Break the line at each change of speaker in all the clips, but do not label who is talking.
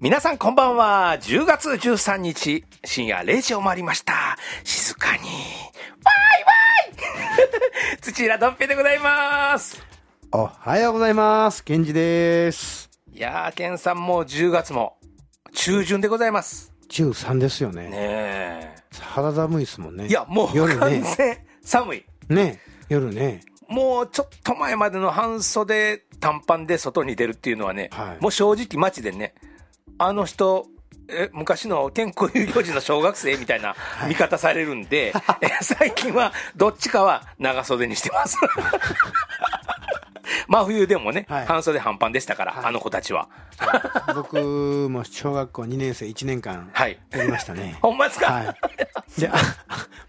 皆さんこんばんは。10月13日、深夜0時を回りました。静かに。バイバイ 土浦どんぺいでございます。
おはようございます。ケンジです。
いやー、ケンさんもう10月も中旬でございます。
13ですよね。
ねえ。
肌寒いですもんね。
いや、もう夜ね。寒い。
ね夜ね。
もうちょっと前までの半袖短パンで外に出るっていうのはね、はい、もう正直街でね、あの人、え昔の健康有料児の小学生みたいな見方されるん で、はい、最近はどっちかは長袖にしてます。 真冬でもね、はい、半袖半パンでしたから、はい、あの子たちは。
僕も小学校2年生1年間、はい。やりましたね。
ほんまですか、はい、
じゃ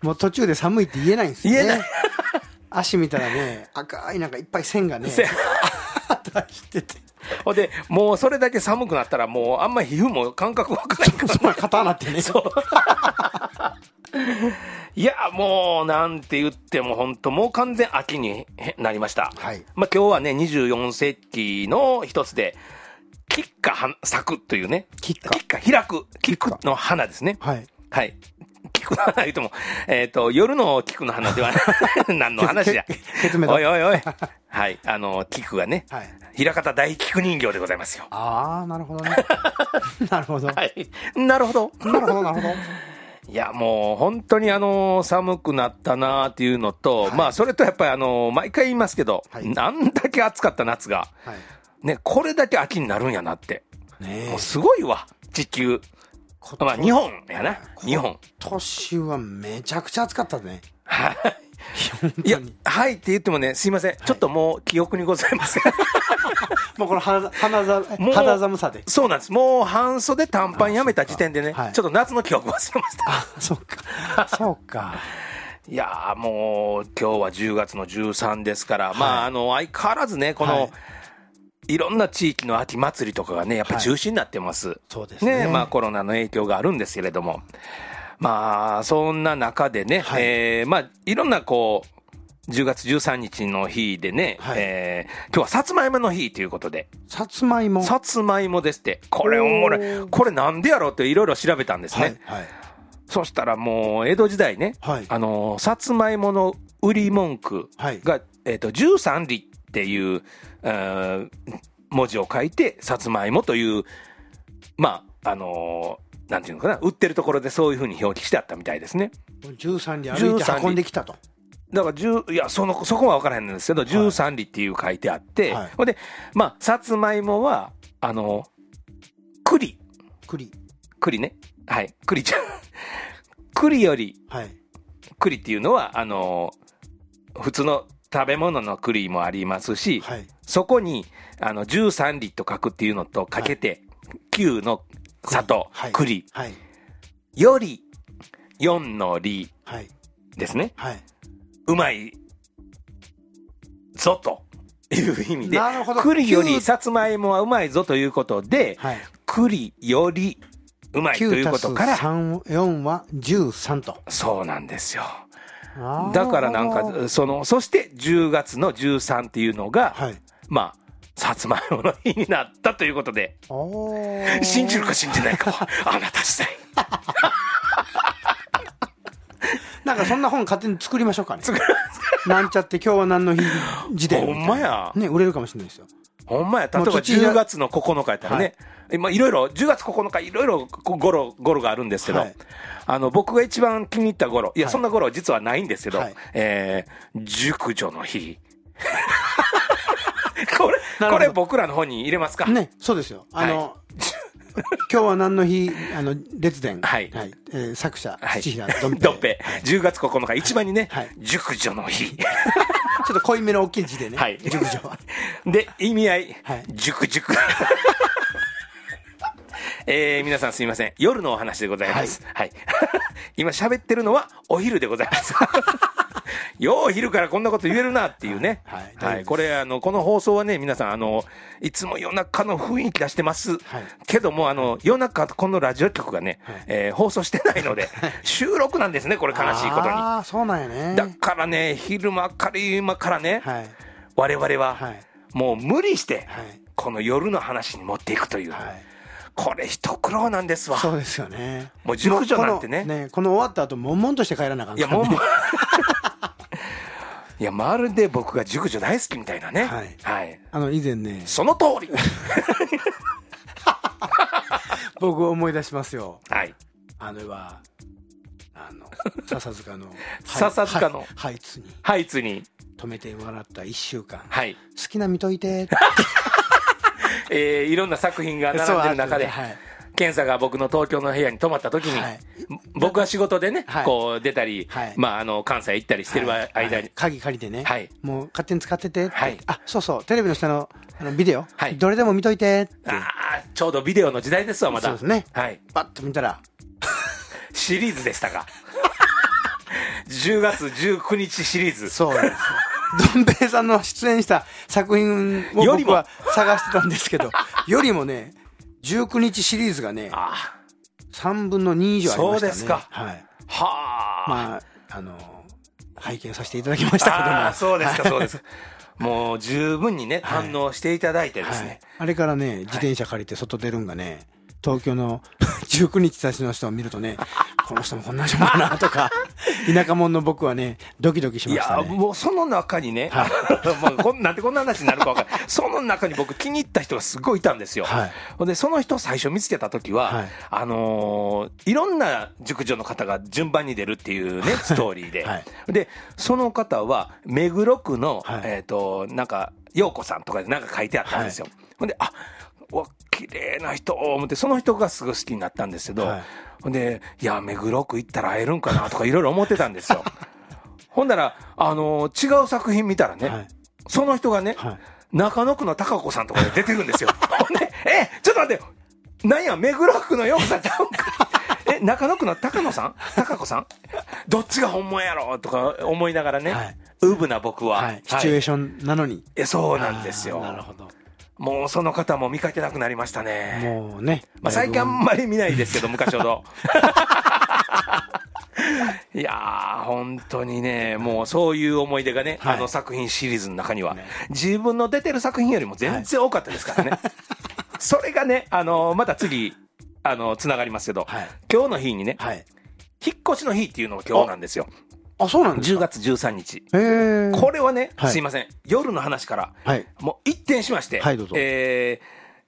もう途中で寒いって言えないんですよ、ね。
言えない。
足見たらね、赤いなんかいっぱい線がね、 出してて。
ほんで、もうそれだけ寒くなったら、もうあんまり皮膚も感覚わから ないから。
そんな硬なってね。
そう。いや、もう、なんて言っても、本当もう完全秋になりました。
はい。
まあ今日はね、24世紀の一つで、キッカ咲くというね。
キッカ
キッカ開く。キックの花ですね。
はい。
はい。菊の花言うても、えっ、ー、と、夜の菊の花では ない。何の話 や。おいおいおい。はい。あの、菊がね、
はい、
平方大菊人形でございますよ。
ああ、なる ほどね。なるほど。
はい。なるほど。
なるほど、なるほど。
いや、もう本当にあの、寒くなったなっていうのと、はい、まあ、それとやっぱりあの、毎回言いますけど、はい、あんだけ暑かった夏が、はい、ね、これだけ秋になるんやなって。
ね
もうすごいわ、地球。まあ、日本やな。日本。
今年はめちゃくちゃ暑かったね。
はい。いや、はいって言ってもね、すいません。ちょっともう記憶にございません。
もうこの肌肌肌寒さで。
そうなんです。もう半袖短パンやめた時点でね、ちょっと夏の記憶忘れました。
あ、そうか。そうか。
いやもう、今日は10月の13ですから、まあ、あの、相変わらずね、この、いろんな地域の秋祭りとかがね、やっぱ中止になってます。はい、
そうですね。
ねまあコロナの影響があるんですけれども。まあ、そんな中でね、はい、えー、まあ、いろんなこう、10月13日の日でね、はい、えー、今日はさつまいもの日ということで。
さつまいも
さつまいもですって。これおもろい。これなんでやろうっていろいろ調べたんですね。
はい、はい、
そしたらもう、江戸時代ね、はい、あの、さつまいもの売り文句が、えっ、ー、と、13里っていう、う文字を書いて、さつまいもという、まあ、あのー、なんていうのかな、売ってるところでそういうふうに表記してあったみたいですね。
13里歩いて運んできたと。
だから10、いや、その、そこは分からへんんですけど、はい、13里っていう書いてあって、はい、ほんで、まあ、さつまいもは、あのー、栗。
栗。
栗ね。はい。栗ちゃん。 栗より、
はい、
栗っていうのは、あのー、普通の食べ物の栗もありますし、
はい、
そこに、あの、13里と書くっていうのとかけて、はい、9の砂糖、
栗、
はい、より4の里ですね。うまいぞという意味で、栗よりさつまいもはうまいぞということで、栗よりうまいということから。
9 4は13と。
そうなんですよ。だからなんか、その、そして10月の13っていうのが、
はい、
まあ、さつまいもの日になったということで、信 じるか信じないかは、あなた次第。
なんかそんな本勝手に作りましょうかね。なんちゃって今日は何の日時点
ほんまや
ね、売れるかもしれないですよ。
ほんまや、例えば
もう土屋
10月の9日やったらね、今いろいろ、10月9日、いろいろこゴロ、ゴロがあるんですけど、
はい
あの、僕が一番気に入ったゴロ、いや、
はい
そんなゴロ実はないんですけど、
はい
えー、熟女の日。 こ
な
れ、
るほど
これ僕らの方に入れますか、
ね、そうですよ。あの、 今日は何の日、あの、列伝。
はい
えー作者、
はい。
土平
ド
ド
ン
ン
ペ
ペ。。
10月9日、一番にね、
はい
熟女の日。
ちょっと濃いめの大きい字でね。
はい
熟女は。
で、意味合い
はい、
熟熟。 えー皆さんすみません。夜のお話でございます。はい。 今喋ってるのはお昼でござい ます。よう昼からこんなこと言えるなっていうね。
は
はいい。
大丈夫です
これ、あの、この放送はね、皆さん、あの、いつも夜中の雰囲気出してます。
はい
けども、あの、夜中、このラジオ局がね、
はい
えー放送してないので、収録なんですね、これ悲しいことに。
ああ、そうなんやね。
だからね、昼間から今からね、
はい。
我々は、
はい。
もう無理して、
はい。
この夜の話に持っていくという、
はい。
これ一苦労なんですわ。
そうですよね。
もう熟女なんてね
もうこのね、この終わった後、悶々として帰らなあかん
い
か
や、
らね
もう、いや、まるで僕が熟女大好きみたいなね。
は
はいい。
あの、以前ね、
その通り。
僕思い出しますよ。
はい。
あれは、あの、笹塚の、はい
笹塚の
はいハイツに
ハイツに、
止めてもらった1週間。好
はい。
きな見といて。
えーいろんな作品が並んでる中で、
はい。
検査が僕の東京の部屋に泊まった時に、
はい
僕は仕事でね、
はい
こう出たり、
はい
まあ、あの、関西行ったりしてる間に、
はい鍵借りてね、
はい
もう勝手に使っててって、
はい
あそうそうテレビの下のあのビデオ、
はい
どれでも見といてって
ああ、ちょうどビデオの時代ですわ、まだ。
そうですね
はい。
パッと見たら
シリーズでしたか。10月19日シリーズ。
そうなんですよどん兵衛さんの出演した作品を
より
僕
も
は探してたんですけどよりもね19日シリーズがね
あ
3分の2以上ありましたね
そうですか
はい、
あ、はあ。
まああの拝見させていただきましたけども
あーそうですか、
はい
そうです か。もう十分にね、
はい
堪能していただいてで
は
す
い
ね。
あれからね自転車借りて外出るんがね、東京の 19日たちの人を見るとねこの人もこんな人もかなと か田舎者の僕はねドキドキし
い
ました
や、
ね
もうその中にね、 もうこんなんでこんな話になるかわ かんない。その中に僕気に入った人がすごいいたんですよ。
はい
ほんで、その人を最初見つけた時は、
はい
あのーいろんな熟女の方が順番に出るっていうね、ストーリーで。
はい
で、その方は、目黒区の、
はい
えっ、と、なんか、陽子さんとかでなんか書いてあったんですよ。ほんで、あ、うわ、綺麗な人、思って、その人がすごい好きになったんですけど、
はい
ほんで、いや、目黒区行ったら会えるんかなとかいろいろ思ってたんですよ。ほんなら、あのー違う作品見たらね、
はい
その人がね、
はい
中野区の高子さんとかで出てるん ですよ。ほんで、え、ちょっと待って、なんや、目黒区のようさんちゃうんか。え、中野区の高野さん高子さんどっちが本物やろとか思いながらね、
はい
ウブな僕は。
はい、シチュエーションなのに、
えそうなんですよ
あーなるほど
もうその方も見かけなくなりましたね。
もうね、
まあ、最近あんまり見ないですけど、昔ほど。 いやー、本当にね、もうそういう思い出がね、
はい
あの作品シリーズの中には、自分の出てる作品よりも全然多かったですからね。それがね、あのまた次、あのつながりますけど、
はい
今日の日にね、
はい
引っ越しの日っていうのが今日なんですよ。
あそうなんです
10
か
月13日。
へえ
これはね、
はい
すいません、夜の話から、
はい
もう一転しまして、
はいどうぞ
え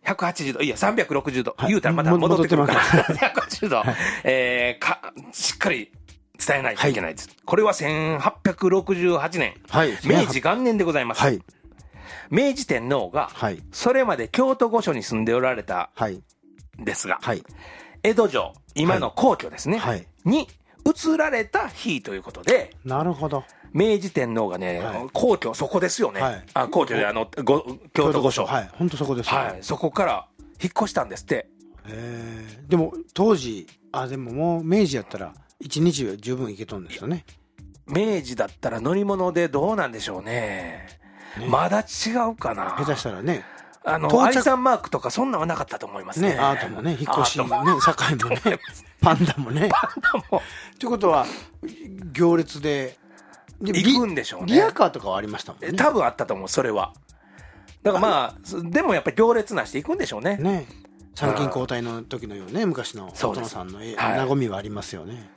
ー180度、いや、360度、
はい
言うたらまた戻ってくるから、
も戻
180度、えーか、しっかり伝えないといけないです。これは1868年、
はい
明治元年でございます。
はい
明治天皇が、
はい
それまで京都御所に住んでおられた
はい
んですが、
はい
江戸城、今の皇居ですね、
はい
に移られた日ということで、
なるほど
明治天皇がね、
はい
皇居、そこですよね。
はい
あ皇居で、あの、ご京都御所。
はい本当そこですよ
はい、そこから引っ越したんですって。
えーでも当時あでももう明治やったら一日は十分行けとんですよね
明治だったら乗り物でどうなんでしょうね。
ね
まだ違うかな。
下手したらね
あの、
到
アイ
着
サンマークとかそんなんはなかったと思いますね。
ねアートもね引っ越し
ア
も
ートも
ね堺もねパンダもねということは行列でで
行くんでしょうね
ビビアカーとかはありましたもん
え
ね
多分あったと思う、それは。だからまあ、そでもやっぱり行列なしていくんでしょうね。
ね参勤交代の時のようね昔のお
そうで
殿
す
さんのえ
はい
名残はありますよね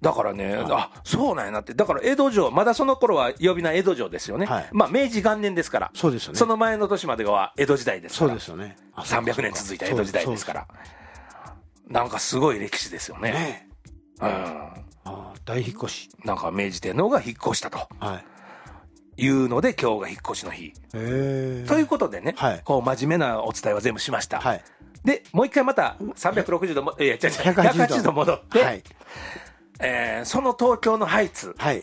だからね、あそうなんやなって、だから江戸城、まだその頃は呼び名江戸城ですよね、
はい
まあ明治元年ですから、
そうですよね
の前の年までは江戸時代ですか
そう
ら、
ですよね。あそうか
300年続いた江戸時代ですから、なんかすごい歴史ですよ
そうです
ね、
ね
うん、
ああ大引っ越し。
なんか明治天皇が引っ越したと
はい。
いうので、今日が引っ越しの日。
ええ。
ということでね、
はい
こう真面目なお伝えは全部しました、
はい。
でもう一回また360度も、いや違う違う
180
180度戻って、
はい。
えーその東京のハイツ、
はい。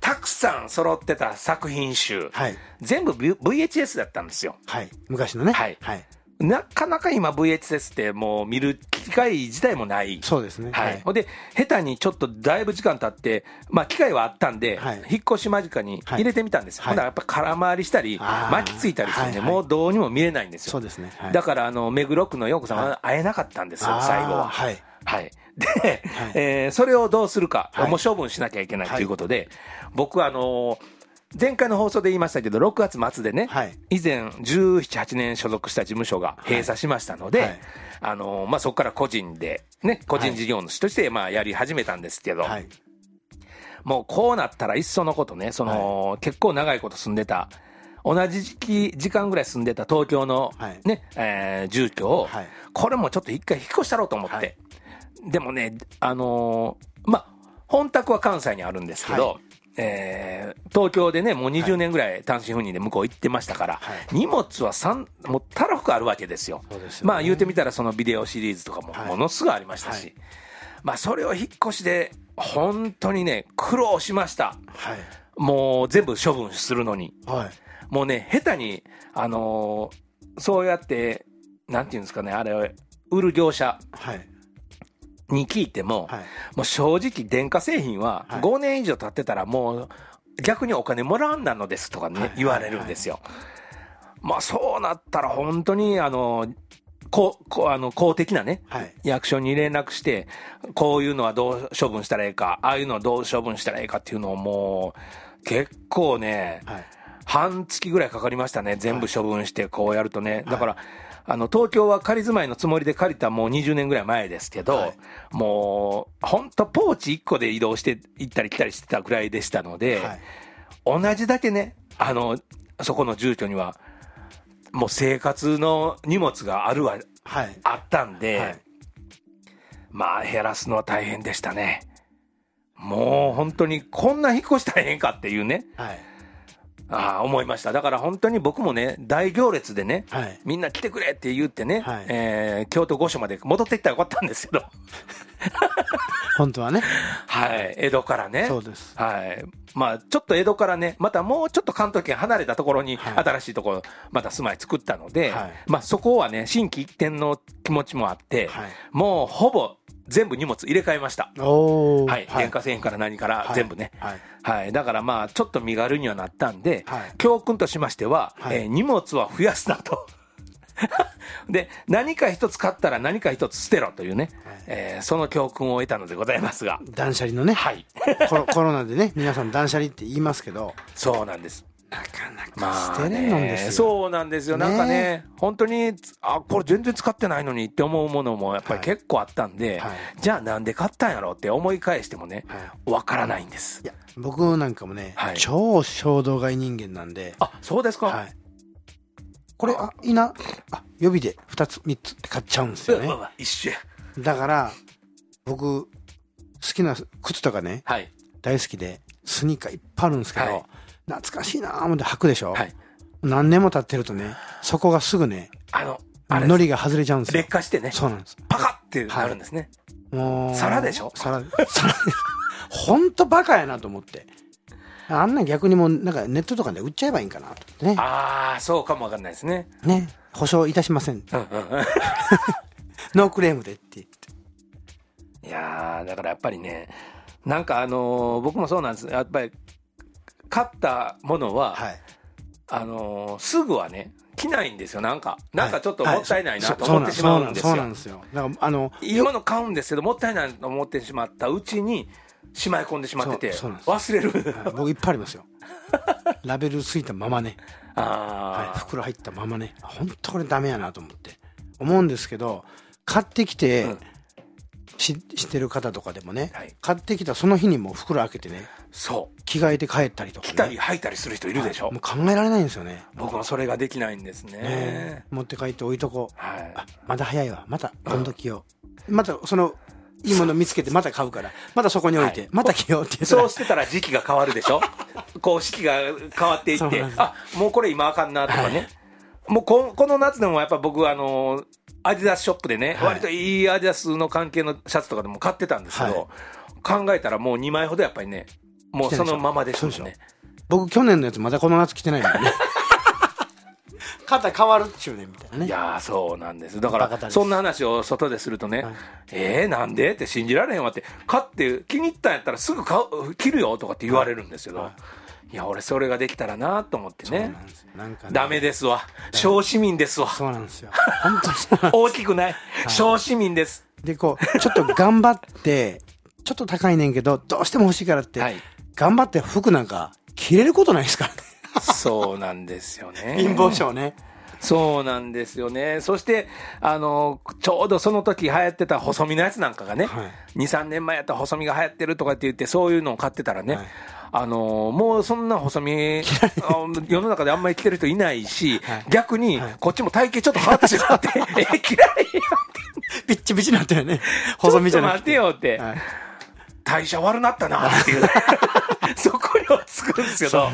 たくさん揃ってた作品集、
はい
全部 V- VHS だったんですよ。
はい。昔のね。
はい
はい。
なかなか今 VHS ってもう見る機会自体もない。
そうですね。
はい。ほんで、下手にちょっとだいぶ時間経って、まあ機会はあったんで、
はい
引っ越し間近に入れてみたんです。
は
ほ
い
んならやっぱ空回りしたり、
あー
巻きついたりしてね、
はいはい
もうどうにも見れないんですよ。
そうですね。はい
だから、あの、目黒区の陽子さんは会えなかったんですよ、
あー
最後は。
はい。
はい。で、
はい
えーそれをどうするか、
はい
もう処分しなきゃいけないということで、僕はあのー前回の放送で言いましたけど、6月末でね、
はい
以前17、8年所属した事務所が閉鎖しましたので、
はい
あのーまあ、そこから個人で、ね、個人事業主として、まあ、やり始めたんですけど、
はい。
もうこうなったらいっそのことね、その、結構長いこと住んでた、同じ時期、時間ぐらい住んでた東京の
はい
ね、えー住居を、
はい
これもちょっと一回引っ越したろうと思って。
はい
でもね、あのーまあ、本宅は関西にあるんですけど、
はい
えー東京でね、もう20年ぐらい単身赴任で向こう行ってましたから、
はい
荷物は三もうたらふくあるわけですよ。
そうですよね
まあ言うてみたらそのビデオシリーズとかも
はい
ものすごいありましたし、まあそれを引っ越しで本当にね苦労しました
はい。
もう全部処分するのに
はい。
もうね下手にあのーそうやってなんていうんですかねあれ売る業者
はい。
に聞いても、
はい
もう正直電化製品は
はい
5年以上経ってたらもう逆にお金もらわんなのですとかね、
はい
言われるんですよ、まあそうなったら本当にあのこうこうあの公的なね、
はい
役所に連絡して、こういうのはどう処分したらいいか、ああいうのはどう処分したらいいかっていうのをもう、結構ね、
はい
半月ぐらいかかりましたね、全部処分して、こうやるとね、だから、あの東京は仮住まいのつもりで借りたもう20年ぐらい前ですけど、
はい
もう、本当、ポーチ1個で移動して行ったり来たりしてたぐらいでしたので、
はい
同じだけね、あのそこの住居には、もう生活の荷物があるわ
はい。
あったんで、
はい
まあ減らすのは大変でしたね。もう本当にこんな引っ越したらええんかっていうね、
はい。
ああ思いました。だから本当に僕もね、大行列でね、
はい
みんな来てくれって言ってね、
はい
えー京都御所まで戻っていったらよかったん ですけど、
本当はね。
はい、江戸からね。
そうです
はい。まあちょっと江戸からね、またもうちょっと関東圏離れたところに
はい
新しいところ、また住まい作ったので、
はい
まあそこはね、新規一転の気持ちもあって、
はい
もうほぼ全部荷物入れ替えました。
おお。
はい、電化製品から何から
はい
全部ね、は
はいい
だからまあ、ちょっと身軽にはなったんで、
はい
教訓としましては、
はい
えー荷物は増やすなと。 で何か一つ買ったら何か一つ捨てろというね、
はい
えーその教訓を得たのでございますが、
断捨離のね。
はい、
コロ コロナでね、皆さん断捨離って言いますけど、
そうなんです。
なかな
ま
か
あ
捨てれんのんですよ。
そうなんですよ、なんかね、
ね
本当に、あこれ全然使ってないのにって思うものもやっぱり
はい
結構あったんで、
はい
じゃあなんで買ったんやろうって思い返してもね、
は
わからないんです
い。や、僕なんかもね、
はい
超衝動買い人間なんで、
あそうですか、
はい。これ、あ、いいな。あ、予備で2つ、3つって買っちゃうんですよ
うわう
ね。
わ一緒や
だから、僕、好きな靴とかね、
はい
大好きで、スニーカーいっぱいあるんですけど、
はい
懐かしいなぁ思って履くでしょ、
はい
何年も経ってるとね、そこがすぐね、
あのあれ
ノリが外れちゃうんですよ
劣。化してね
そうなんです。
パカってなるんですね、
もう。
皿でしょ
皿、皿です。ほんとバカやなと思って。あんなん逆にもう、なんかネットとかで売っちゃえばいいんかなと思ってね。
ああそうかもわかんないですね
ね。保証いたしません。
うんうんうん
ノークレームでって言って。
いやーだからやっぱりねなんかあのー僕もそうなんですやっぱり買ったものは、
はい。
あのーすぐはね着ないんですよなんかなんかちょっと
は
もったいないな
そ
と思ってしまうんです
そう
よ
なんですよ。だから、あの、
いいもの買うんですけどもったいないと思ってしまったうちにしまい込んでしまってて
そうそうなんです
忘れる
はい僕いっぱいありますよ。ラベルついたままね。は
あ
い、袋入ったままね本当これダメやなと思って思うんですけど買ってきて、
うん
し知ってる方とかでもね、はい、買ってきたその日にも袋開けてね
そう
着替えて帰ったりとか、ね、
着たり履いたりする人いるでしょ、はい、
もう考えられないんですよね
僕もそれができないんですね、ね、
持って帰って置いとこう、はい、まだ早いわまた今度着よう、またそのいいもの見つけてまた買うから、またそこに置いて、はい、また着ようって
そうしてたら時期が変わるでし ょこう四季が変わっていって、あ、もうこれ今あかんなとかね。はい、もうここの夏でもやっぱ僕あのー、アディダスショップでね、はい、割といいアディダスの関係のシャツとかでも買ってたんですけど、考えたらもう2枚ほどやっぱりね、もうそのままでしたね。
僕去年のやつまだこの夏着てないんだね。 肩変わるっちゅうねみたいなね
いやそうなんですだからそんな話を外でするとね、はい、えー、なんでって信じられへんわって買って気に入ったんやったらすぐ買う切るよとかって言われるんですけど、はい、いや俺それができたらなと思ってねなんか、ね、ダメですわ小市民ですわ
そうなんですよ本
当に大きくない、小市民です
でこうちょっと頑張ってちょっと高いねんけどどうしても欲しいからって、はい、頑張って服なんか着れることないですからね
そうなんですよ ね。
貧乏症ね。
そうなんですよね。そして、あの、ちょうどその時流行ってた細身のやつなんかがね、はい、2、3年前やった細身が流行ってるとかって言って、そういうのを買ってたらね、はい、あの、もうそんな細身、世の中であんまり着てる人いないし、はい、逆に、こっちも体型ちょっと変わってしま って、え、嫌いやって。
ピッチピチになったよね。細身じゃな
くて。ちょっと待てよって。はい代謝悪なったなっていう そこに落ち着くんですけど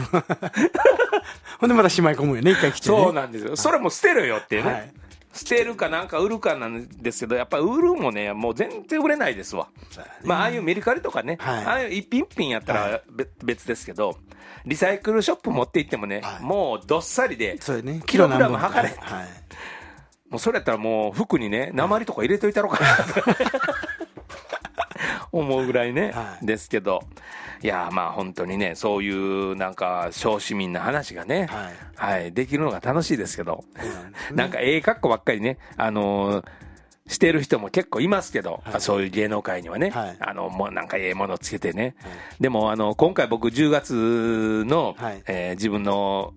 ほんでまたしまい込むよね一回来て、
ね、そうなんですよ、はい、それも捨てるよってね、はい、捨てるかなんか売るかなんですけどやっぱ売るもねもう全然売れないですわ、ね、まあああいうメルカリとかね、はい、ああいう一品一品やったら別ですけどリサイクルショップ持って行ってもね、もうどっさりでキログラム測れ、もうそれやったらもう服にね鉛とか入れといたろうかな 思うぐらいね、はい、ですけど、いや、まあ本当にね、そういうなんか、小市民な話がね、はい、はい、できるのが楽しいですけど、うん、なんかええ格好ばっかりね、あのー、してる人も結構いますけど、はい、そういう芸能界にはね、あの、もうなんかええものつけてね。でも、あの、今回僕10月の、えー、自分の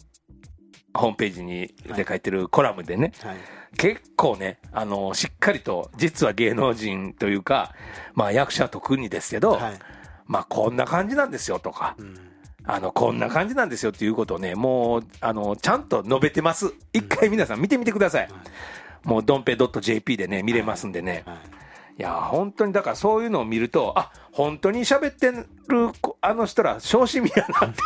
ホームページにで書いてるコラムでね、はい、結構ね、あの、しっかりと、実は芸能人というか、まあ役者は特にですけど、はい、まあこんな感じなんですよとか、うん、あの、こんな感じなんですよっていうことをね、もう、あの、ちゃんと述べてます。一回皆さん見てみてください。うん、もう、ドンペ .jp でね、見れますんでね。はい、いや、本当に、だからそういうのを見ると、あ、本当に喋ってる、あの人ら、小市民やなって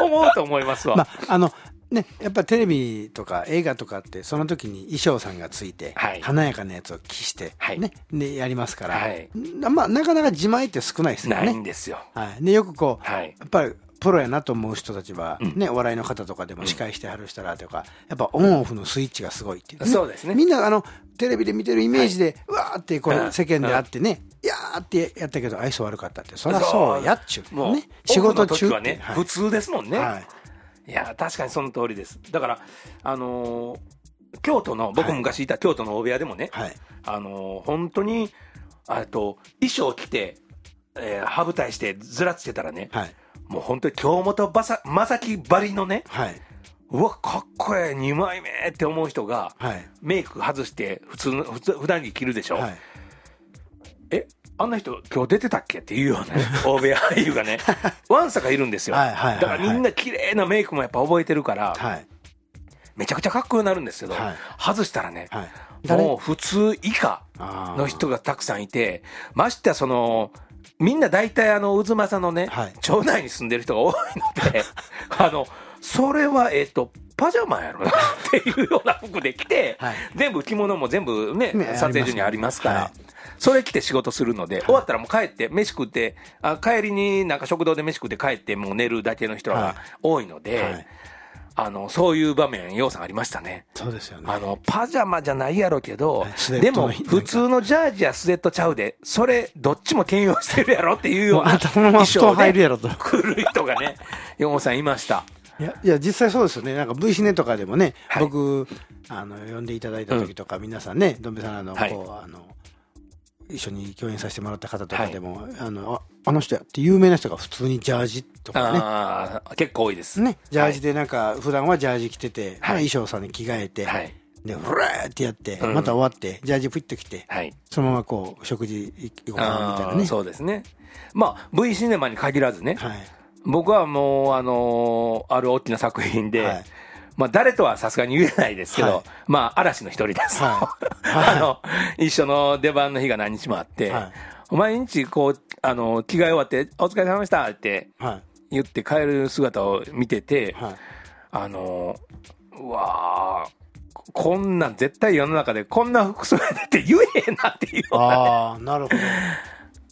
思うと思いますわ。まあ、
あの、ね、やっぱテレビとか映画とかってその時に衣装さんがついて、はい、華やかなやつを着して、ね、はい、やりますから、はい、まあ、なかなか自前って少ないですよね。
ないんですよ。
はい、でよくこう、やっぱりプロやなと思う人たちは、ね、うん、お笑いの方とかでも司会してはる人らとか、やっぱオンオフのスイッチがすごいっていう、
ね、そうですね。
みんなあの、テレビで見てるイメージで、わーってこう、世間であってね、いやーってやったけど愛想悪かったって、そりゃそうやっちゅう、ね。仕事中
はね、普通ですもんね。はいいや、確かにその通りです。だから、あのー、京都の、僕昔いた京都の大部屋でもね、はい、あのー、本当に、あと、衣装着て、えー、羽舞台して、ずらつけたらね、はい、もう本当に京本ばさ正樹ばりのね、はい、うわ、かっこええ、2枚目って思う人が、メイク外して、普通の、普通普段着着るでしょ。はい、えあんな人、今日出てたっけって言うよね。 大部屋俳優が ね。ワンサがいるんですよ。だからみんな綺麗なメイクもやっぱ覚えてるから、はい、めちゃくちゃかっこよくなるんですけど、はい、外したらね、はい、もう普通以下の人がたくさんいて、ましてやその、みんな大体あの、渦政のね、町内に住んでる人が多いの で、あの、それは、えっ、ー、と、パジャマやろなっていうような服で着て、はい、全部着物も全部ね、ね撮影所にありますから、はい、それ着て仕事するので、はい、終わったらもう帰って、飯食って、あ帰りになんか食堂で飯食って帰ってもう寝るだけの人が多いので、あの、そういう場面、ようさんありましたね。
そうですよね。
あの、パジャマじゃないやろうけ ど、でも、普通のジャージやスウェットちゃうで、それ、どっちも兼用してるやろっていうような
衣装入るやろと。
来る人が ね、ようさんいました。
いや、いや、実際そうですよね。なんか V シネとかでもね、はい、僕、あの、呼んでいただいた時とか、うん、皆さんね、どんべさん、あの、はい、こう、あの、一緒に共演させてもらった方とかでも、はい、あの、あの人やって有名な人が普通にジャージとかね。あ
あ、結構多いです。
ね、ジャージでなんか、普段はジャージ着てて、まあ衣装さんに着替えて、で、ふらーってやって、また終わって、ジャージプイッと来て、はい、そのままこう、食事行こうかなみたいなね。
そうですね。まあ、V シネマに限らずね、はい、僕はもう、あのー、ある大きな作品で、はいまあ、誰とはさすがに言えないですけど、はい、まあ、嵐の一人です、はい あの、一緒の出番の日が何日もあって、はい、毎日、こう、あの、着替え終わって、お疲れ様でしたって言って帰る姿を見てて、はい、あの、うわこんなん絶対世の中でこんな服装やって言えへんなっていう、
ああ、なるほど。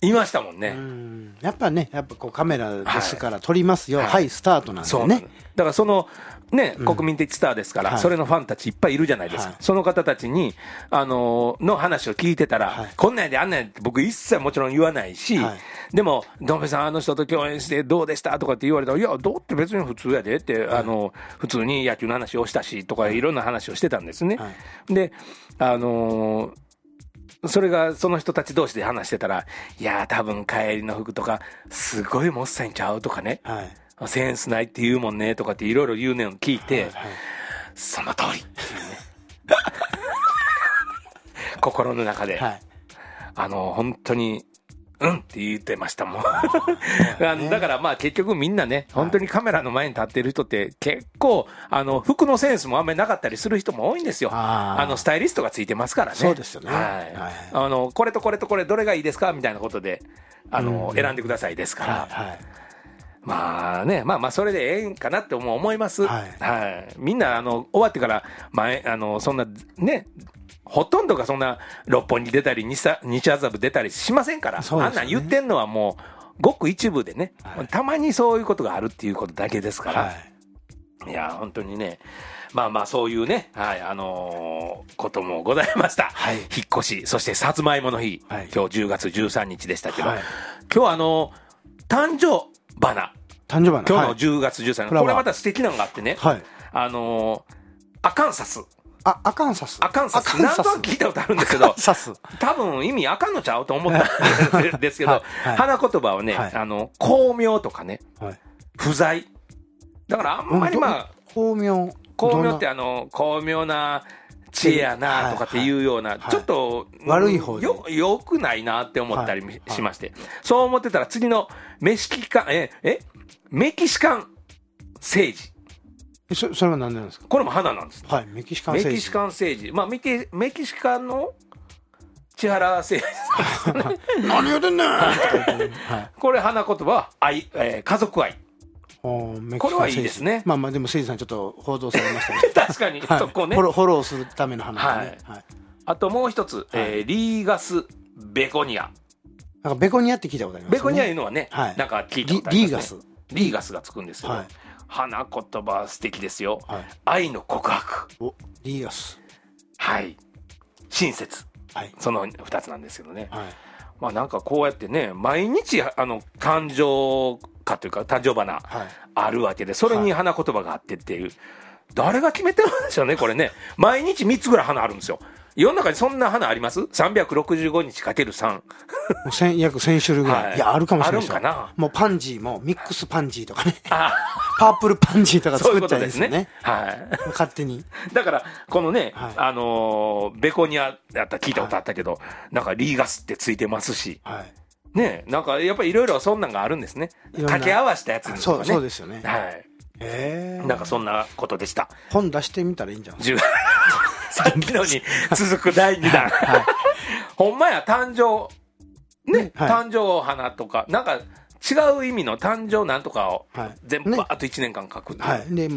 いましたもんね
ん。やっぱね、やっぱこうカメラですから撮りますよ。はい、はい、スタートなんでね。
だからその、ね、国民的スターですから、うん、それのファンたちいっぱいいるじゃないですか、はい、その方たちに、あのー、の話を聞いてたら、はい、こんなんやであんなんやって僕一切もちろん言わないし、はい、でも、ドンペさんあの人と共演してどうでしたとかって言われたら、いや、どうって別に普通やでって、あのー、普通に野球の話をしたしとか、いろんな話をしてたんですね。で、あのーそれがその人たち同士で話してたら、いやー、多分帰りの服とか、すごいもっさいんちゃうとかね、はい、センスないって言うもんねとかっていろいろ言うねん聞いて、はいはい、その通りっていうね、 心の中で、はい、あの、本当に、うんって言ってましたもん。だからまあ結局みんなね、本当にカメラの前に立ってる人って結構、あの、服のセンスもあんまりなかったりする人も多いんですよ。あの、スタイリストがついてますからね。。
そうですよね。はい
あの、これとこれとこれどれがいいですかみたいなことで、あの、選んでくださいですから。はい。まあね、まあまあ、それでええんかなっても思います。はい。みんな、あの、終わってから、前、あの、そんな、ね、ほとんどがそんな六本木出たり西麻布出たりしませんから、ね、あんなん言ってんのはもうごく一部でね、はい、たまにそういうことがあるっていうことだけですから、はい、いや本当にねまあまあそういうね、はい、あのー、こともございました、はい、引っ越しそしてさつまいもの日、はい、今日10月13日でしたけど、はい、今日あのー、誕生花
誕生
今
花
日の10月13日、はい、これまた素敵なのがあってね、はい、あのー、アカンサス
あ、アカンサス。
アカンサス。何番聞いたことあるんですけど、多分意味あかんのちゃうと思った んですけど、花言葉はね、あの、巧妙とかね、不在。だからあんまりまあ、
巧妙。
巧妙ってあの、巧妙な知恵やなとかっていうような、ちょっと、
悪い方
よ、よくないなって思ったりしまして、そう思ってたら次のメシキカン、え、えメキシカン政治。
そそれは何なんですか
これも花なんです、
はい、メキシカン
政治メキシカン政治、まあ、メキメキシカンの千原誠、
司さん、ね、何言うてんねん、はい
これ花言葉は愛、えー、家族愛 これはいいですね
まあまあでも誠司さんちょっと報道されましたね
確かに、はい、そこね、
フォロフォローするための花、ね、はい
はい、あともう一つ、はい、えー、リーガスベコニア
なんかベコニアって聞いたことあります、
ね、ベコニアいうのはね、はい、なんか聞いたことあ
ります、ね、リーガス
リーガスがつくんですよ、はい花言葉素敵ですよ、はい、愛の告白
おリーガス
はい親切、はい、その2つなんですけどね、はい、まあなんかこうやってね毎日あの誕生花というか誕生花あるわけで、それに花言葉があってっていう、誰が決めてるんでしょうねこれね毎日3つぐらい花あるんですよ世の中にそんな花あります ?365 日かける3。。
約1000種類ぐらい。はい、いや、あるかもしれない
あるんかな。
もうパンジーも、ミックスパンジーとかね。あパープルパンジーとか作っちゃうんですよね。ういうねはい。勝手に。
だから、このね、はい、あのー、ベコニアだった聞いたことあったけど、はい、なんかリーガスってついてますし。はい。 ねなんかやっぱりいろいろそんなんがあるんですね。掛け合わせたやつとかね。
そうそうですよね。
はい。えー、なんかそんなことでした。
本出してみたらいいんじゃない
ですか。さっきのに続く第2弾はい。ほんまや、誕生、ね、はい、誕生花とか、なんか違う意味の誕生なんとかを全部バーっと1年間書く
はい、ね